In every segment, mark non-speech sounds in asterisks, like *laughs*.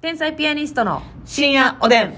天才ピアニストの深夜おでん。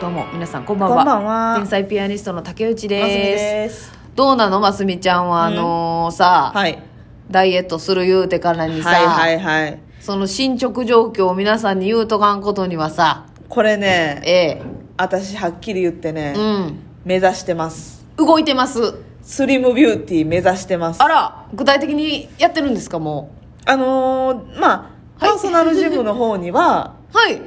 どうも皆さんこんばんはこんばんは天才ピアニストの竹内ますみですす。どうなのますみちゃんはあのーさ、はい。ダイエットする言うてからにさ、はいはいはい。その進捗状況を皆さんに言うとかんことにはさこれね、え私はっきり言ってねえ、うん目指してます。動いてますスリムビューティー目指してます。あら具体的にやってるんですかもあのー、まあ、はいパーソナルジムの方に *laughs* は、うはい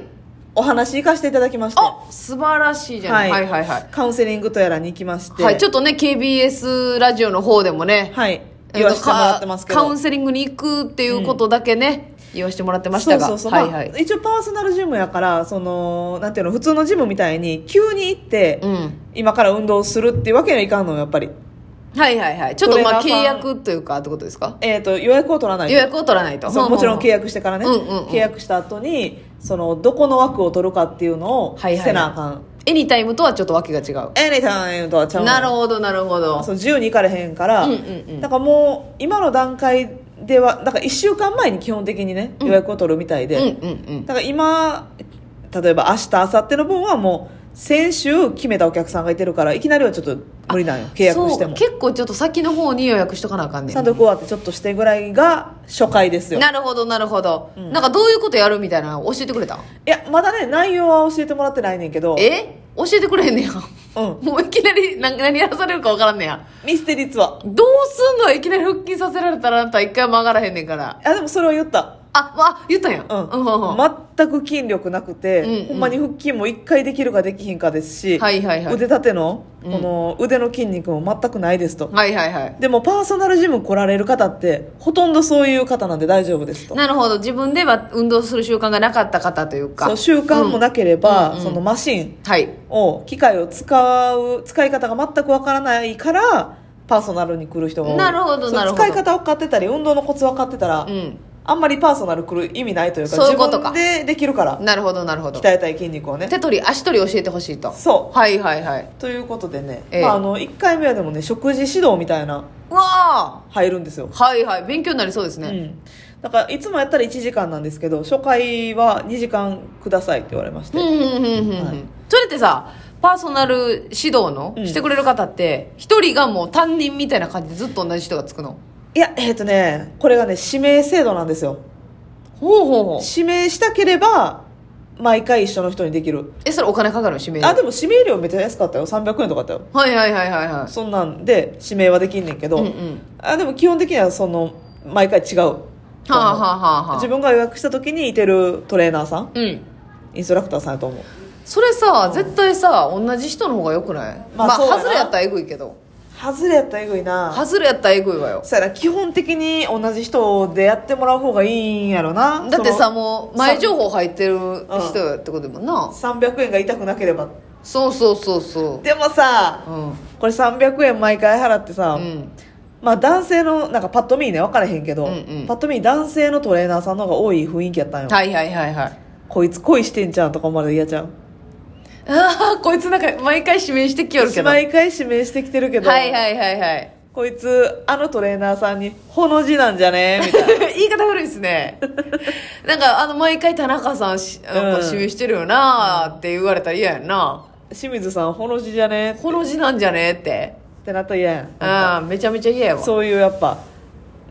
お話行かせていただきまして。あ素晴らしいじゃない、はい、はいはいカウンセリングとやらに行きまして。はい、ちょっとね KBS ラジオの方でもね、はい。言わせてもらってますけど。カウンセリングに行くっていうことだけね、言わせてもらってましたがそうそうそう、はいはい、まあ一応パーソナルジムやからそのなんていうの普通のジムみたいに急に行って、うん今から運動するっていうわけにはいかんのよやっぱりはいはいはいちょっとまあ契トレーナーさん約というかってことですかえっ、と予約を取らないと予約を取らないとそうもちろん約契約してからね、うんうんうん契約した後にそのどこの枠を取るかっていうのをはいはいせなあかん、エニタイムとはちょっとわけが違うエニタイムとはちゃうのなるほどなるほどそう自由に行かれへんから、うんうんうんだからもう今の段階ではだから1週間前に基本的にね予約を取るみたいで、うんうんうんだから今例えば明日明後日の分はもう先週決めたお客さんがいてるからいきなりはちょっと無理なんよ契約してそうも結構ちょっと先の方に予約しとかなあかんね三ん読終わってちょっとしてぐらいが初回ですよなるほどなるほど、なんかどういうことやるみたいなの教えてくれたんいやまだね内容は教えてもらってないねんけどえ教えてくれへんねや *laughs* うんもういきなり何何やらされるかわからんねやミステリーツアーどうすんのいきなり腹筋させられたらあなた一回も上がらへんねんから。あでもそれは言ったあ、まあ、言ったんや。うん、うんうんうん全く筋力なくて、うんうんほんまに腹筋も1回できるかできひんかですし、はいはいはい腕立てのうこんの腕の筋肉も全くないですと、はいはいはい。でもパーソナルジム来られる方ってほとんどそういう方なんで大丈夫ですとなるほど。自分では運動する習慣がなかった方というか。そう習慣もなければ、うんうんうんそのマシンはい。を機械を使う使い方が全くわからないからパーソナルに来る人が多いなるほどそのなるほど使い方を買ってたり運動のコツ分かってたら、うん。あんまりパーソナル来る意味ないというかそういうことか自分でできるからなるほどなるほど。鍛えたい筋肉をね手取り足取り教えてほしいと。そはいはいはい。うということでね、ええまあ、あの1回目はでもね食事指導みたいなうわ入るんですよーはいはい。勉強になりそうですうね。ん、だからいつもやったら1時間なんですけど初回は2時間くださいって言われましうて、んうんうんうんうはん。それってさ、パーソナル指導のうんしてくれる方って、一人がもう担任みたいな感じでずっと同じ人がつくの。いやえっ、とねこれがね指名制度なんですよほうほうほう。指名したければ毎回一緒の人にできるえ、それお金かかるの指名料あでも指名料めっちゃ安かったよ300円とかだったよはいはいはいはいはい。そんなんで指名はできんねんけど、うんうん。あでも基本的にはその毎回違う、はあ、はあはあはあ、自分が予約した時にいてるトレーナーさんうんインストラクターさんやと思うそれさ絶対さ同じ人の方がよくないままあ、あそうやなハズレやったらえぐいけど外れやったらえぐいなハズレやったらえぐいわよそやら基本的に同じ人でやってもらう方がいいんやろなだってそさのもう前情報入ってる人やってことでもんな300円が痛くなければそうそうそうそでもさううんこれ300円毎回払ってさ、うんまあ男性のなんかパッと見ね分からへんけど、うんうんパッと見男性のトレーナーさんの方が多い雰囲気やったんよ、はいはいはいはいこいつ恋してんじゃんとかまで嫌ちゃうああこいつなんか毎回指名してきよるけどはい毎回指名してきてるけど、はいはいはいこいつあのトレーナーさんに「ほの字なんじゃ *laughs* ね?」みたいな *laughs* 言い方古いです *laughs* ねなんかあの毎回田中さんし、なんか指名してるよなーって言われたら嫌やんな清水さんほの字じゃねこの字なんじゃねーってってなったら嫌やんなんかああめちゃめちゃ嫌やわそういうやっぱ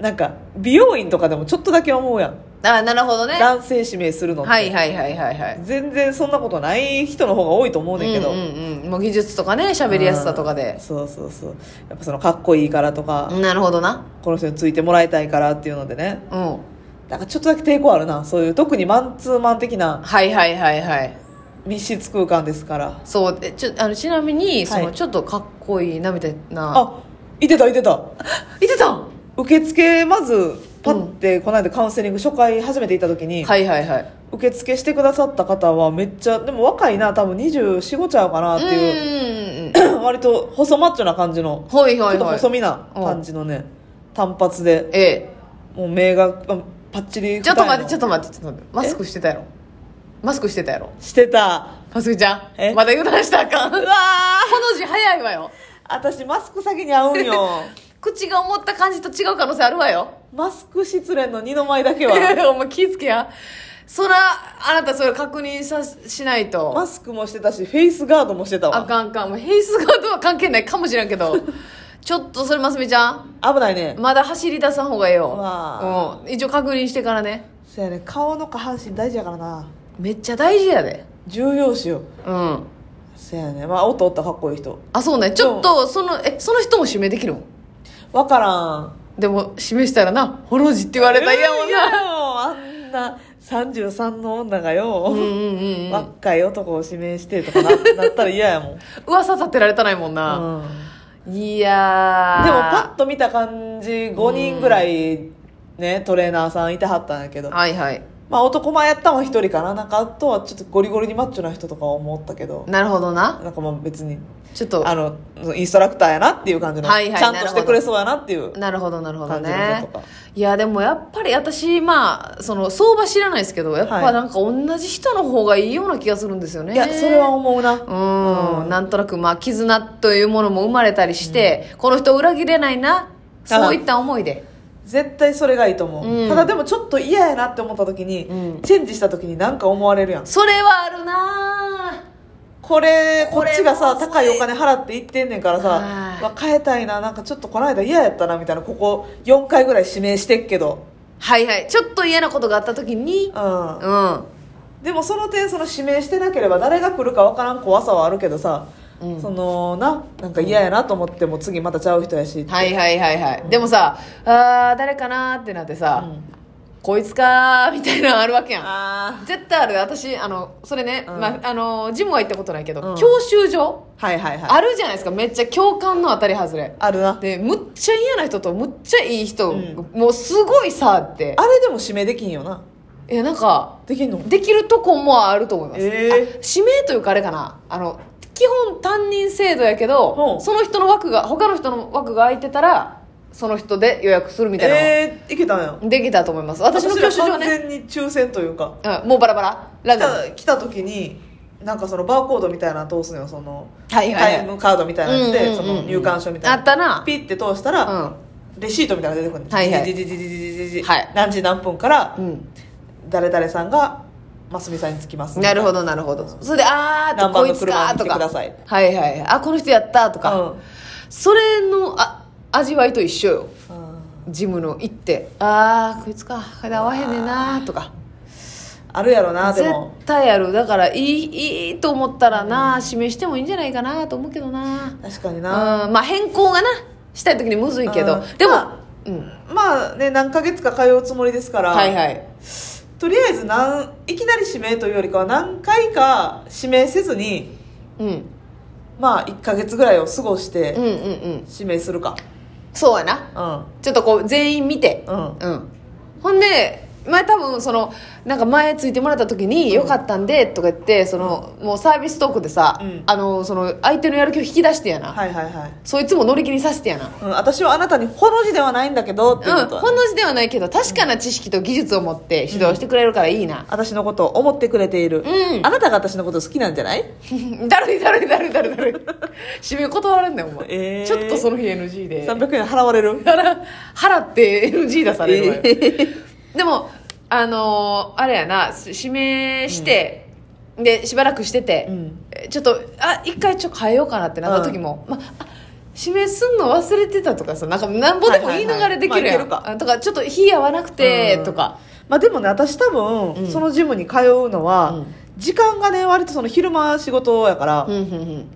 なんか美容院とかでもちょっとだけ思うやんああなるほどねは男性指名するのって、いはいはいはいはい全然そんなことない人の方が多いと思うねんけど、うんうんうんもう技術とかね喋りやすさとかうんでそうそうそうやっぱそのかっこいいからとか、なるほどなこの人についてもらいたいからっていうのでねうんなんかちょっとだけ抵抗あるなそういう特にマンツーマン的なはいはいはいはい密室空間ですからそうえちょあのちなみにその、はいちょっとかっこいいなみたいなああいてたいてたいてたん受付まずパッてこの間カウンセリング初回初めて行った時に、はいはいはい受付してくださった方はめっちゃでも若いな多分245ちゃうかなっていううんうんうん *coughs* 割と細マッチョな感じの、ほいほいちょっとほい細身な感じのね、単発でええもう目があパッチリちょっと待ってちょっとと待ってちょっと待ってマスクしてたやろマスクしてたやろしてたマスクちゃえんまだ油断したらあかんこの字早いわよ私マスク先に合うんよ *laughs* 口が思った感じと違う可能性あるわよマスク失恋の二の舞だ *laughs* けはお前気ぃつけやそらあなたそれ確認さしないとマスクもしてたしフェイスガードもしてたあわかんあかんもうヘイスガードは関係ないかもしれんけど *laughs* ちょっとそれますみちゃん危ないねまだ走り出さん方がええうよわ、うん、一応確認してからねそやね顔の下半身大事やからなめっちゃ大事やで重要視ようんそやねまあ音おったらかっこいい人あそうねちょっとそのえその人も指名できるのわからんでも指名したらな「ホロジ」って言われたら嫌もんいやな、いやあんな33の女がよ、うんうんうんうん若い男を指名してとかななったら嫌やもん、うん、でも噂立てられたないもんな、いやーパッと見た感じ5人ぐらいねトレーナーさんいてはったんやけどはいはいまあ男前やったんは1人かななんかあとはちょっとゴリゴリにマッチョな人とかは思ったけどなるほどななんかまあ別にちょっとあのインストラクターやなっていう感じの、はいはいちゃんとしてくれそうやなっていうなるほどなるほど感じのね人とか、いやでもやっぱり私まあその相場知らないですけどやっはぱいなんか同じ人の方がいいような気がするんですよねいやそれは思うな、うん、うんなんとなくまあ絆というものも生まれたりして、この人を裏切れないなそういった思いで絶対それがいいと思う、うんただでもちょっと嫌やなって思った時に、うんチェンジした時に何か思われるやんそれはあるなぁこれここれっちがもさうそれ高いお金払って行ってんねんからはさいうわ変えたいななんかちょっとこの間嫌やったなみたいなここ4回ぐらい指名してっけど、はいはいちょっと嫌なことがあった時にうんうんでもその点その指名してなければ誰が来るかわからん怖さはあるけどさ、うんそのななんか嫌やなと思っても次またちゃう人やし、はいはいはいはい、でもさあー誰かなーってなってさ、うんこいつかーみたいなのあるわけやんあ絶対ある私あのそれね、うんまあ、あのジムは行ったことないけど、うん教習所あはいはいはいああるじゃないですかめっちゃ教官の当たり外れるなでむっちゃ嫌な人とむっちゃいい人、うんもうすごい差あってあれでも指名できんよなえなんかできんのできるとこもあると思います、えーあ指名というかあれかなあの基本担任制度やけど、うんその人の枠が他の人の枠が空いてたらその人で予約するみたいなのがえー、いけたんやできたと思います私の教習所は私らね、完全に抽選というかうん、もうバラバララ来ンダムた来た時になんかそのバーコードみたいなの通すのよそのはいはいタイムカードみたいなうんうやつんでうんその入館証みたいなあったなピッて通したうらんレシートみたいなのが出てくるのはいはいじじじじじじじじはい何時何分からうん誰々さんがますみさんにつきますなるほどどなるほどそれで「あー」と何「こい番のつか車」とに来てくだかさいとはいはいあこの人やったとか、それのあ味わいと一緒よジムの行ってあーこいつかこれ合わへんねんなとかあるやろなで絶も対あるだからいいいいと思ったらな、示してもいいんじゃないかなと思うけどな確かにうんなまあ変更がなしたい時にむずいけどうんでも、まうんまあね何ヶ月か通うつもりですからはいはいとりあえずなんいきなり指名というよりかは何回か指名せずにうんまあ1ヶ月ぐらいを過ごしうんうんてうん指名するかそうやなうちょっとこう全員見てんうんうん、ほんで前多分そのなんか前ついてもらった時に「よかったんで」とか言ってそのもうサービストークでさ、うんあのその相手のやる気を引き出してやな、はいはいはい、そいつも乗り気にさせてやなうん、私はあなたにほの字ではないんだけどっていううんことはね、本能寺ではないけど確かな知識と技術を持って指導してくれるからいいな、 *laughs* 私のことを思ってくれている、うんあなたが私のこと好きなんじゃないだるいだるいだるいだるいだるい締め断るんだよお前、えーちょっとその日 NG で300円払われる払 *laughs* 払って NG 出されるわよ、えーでもあのーあれやなし指名して、でしばらくしてて、うんえちょっとあ一回ちょっと変えようかなってなった時も、まああ指名すんの忘れてたとかさなんかなんぼでも言い逃れできるやん、はいはいはいまあいあけるかとかちょっと火合わなくてうんとか、まあでもね私多分、うんそのジムに通うのは、うん時間がね割とその昼間仕事やから、うんうんうん、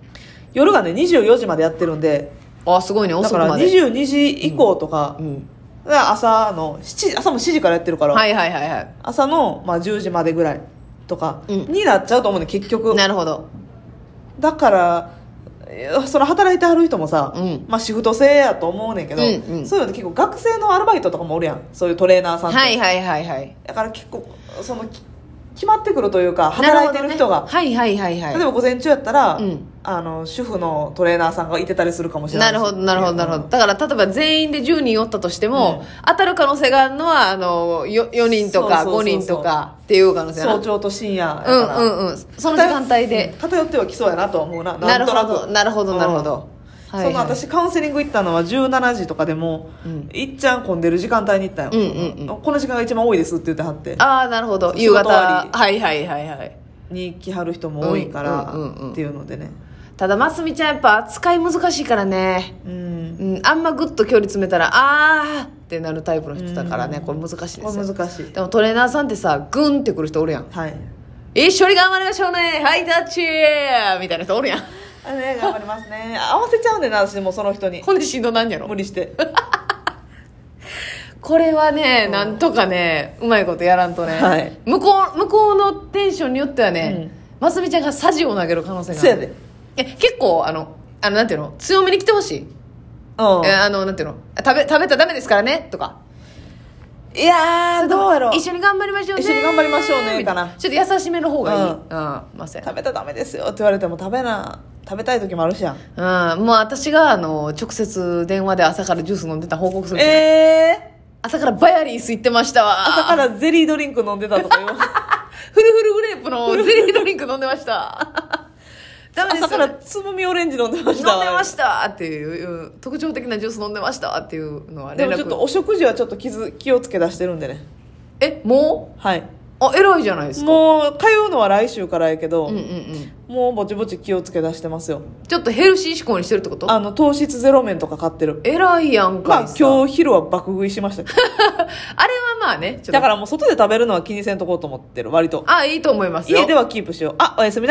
夜がね24時までやってるんであすごいねだ遅かくらまで、 22時以降とかう、ん、朝の7時朝も7時からやってるから、はいはいはいは朝の、まあ、10時までぐらいとかうんになっちゃうと思うね結局いなるほどだからえーその働いてはる人もさ、うんまあ、シフト制やと思うねんけど、うんうんそういうのって結構学生のアルバイトとかもおるやんそういうトレーナーさんって、はいはいはいはいだから結構そのき決まってくるというかな働いほどてるね人が、はいはいはいはい例えば午前中やったら、うんあの主婦のトレーナーさんがいてたりするかもしれなないしるほどなるほどなるほどだから例えば全員で10人おったとしても、当たる可能性があるのはあの 4, 人とかそうそうそうそう5人とかっていう可能性やな早朝と深夜やかうんら、うんうんその時間帯うでん偏ってはきそうやなとは思うなななるんとほなくどなるほどなるほど、はいその私カウンセリング行ったのは17時とかでも、うんいっちゃん混んでる時間帯に行ったよ、うんうんこの時間が一番多いですって言ってはってああなるほど仕夕事方終わりはいはいはいはいに来はる人も多いから、うんうんうんうんっていうのでねただますみちゃんやっぱ扱い難しいからねうんうんあんまグッと距離詰めたらあーってなるタイプの人だからねうんこれ難しいですこよれ難しいでもトレーナーさんってさグンってくる人おるやんはい一緒に頑張りましょうねハイタッチみたいな人おる *laughs* やんあね頑張りますね合わせちゃうんでな私もうその人にほんでしんどなんやろ無 *laughs* 理してこれはねなんとかねうまいことやらんとね、はい向こう向こうのテンションによってはね、ますみちゃんがサジを投げる可能性があせやでるえ結構あのあのなんていうの強めに来てほしい、うんえあのなんていうの食べ食べたらダメですからねとかいやーどうやろう一緒に頑張りましょうね一緒に頑張りましょうねみたいなかなちょっと優しめの方がいい、ううんん、ません食べたらダメですよって言われても食べな食べたい時もあるしやんうん、もう私があの直接電話で朝からジュース飲んでた報告する、えー朝からバヤリース行ってましたわ朝からゼリードリンク飲んでたとか言わフルフルグレープのゼリードリンク飲んでました *laughs* ダメです朝よからつぼみオレンジ飲んでました飲んでましたっていう特徴的なジュース飲んでましたっていうのはで連も絡ちょっとお食事はちょっと気づ気をつけ出してるんでねえもはいうあ偉いじゃないですかもう通うのは来週からやけど、うんうんうんもうぼちぼち気をつけ出してますよちょっとヘルシー志向にしてるってことあの糖質ゼロ麺とか買ってる偉いやんかまいあさ今日昼は爆食いしましたけ *laughs* どあれはまあねちょっとだからもう外で食べるのは気にせんとこうと思ってる割とあいいと思いますよ家ではキープしようあおやすみな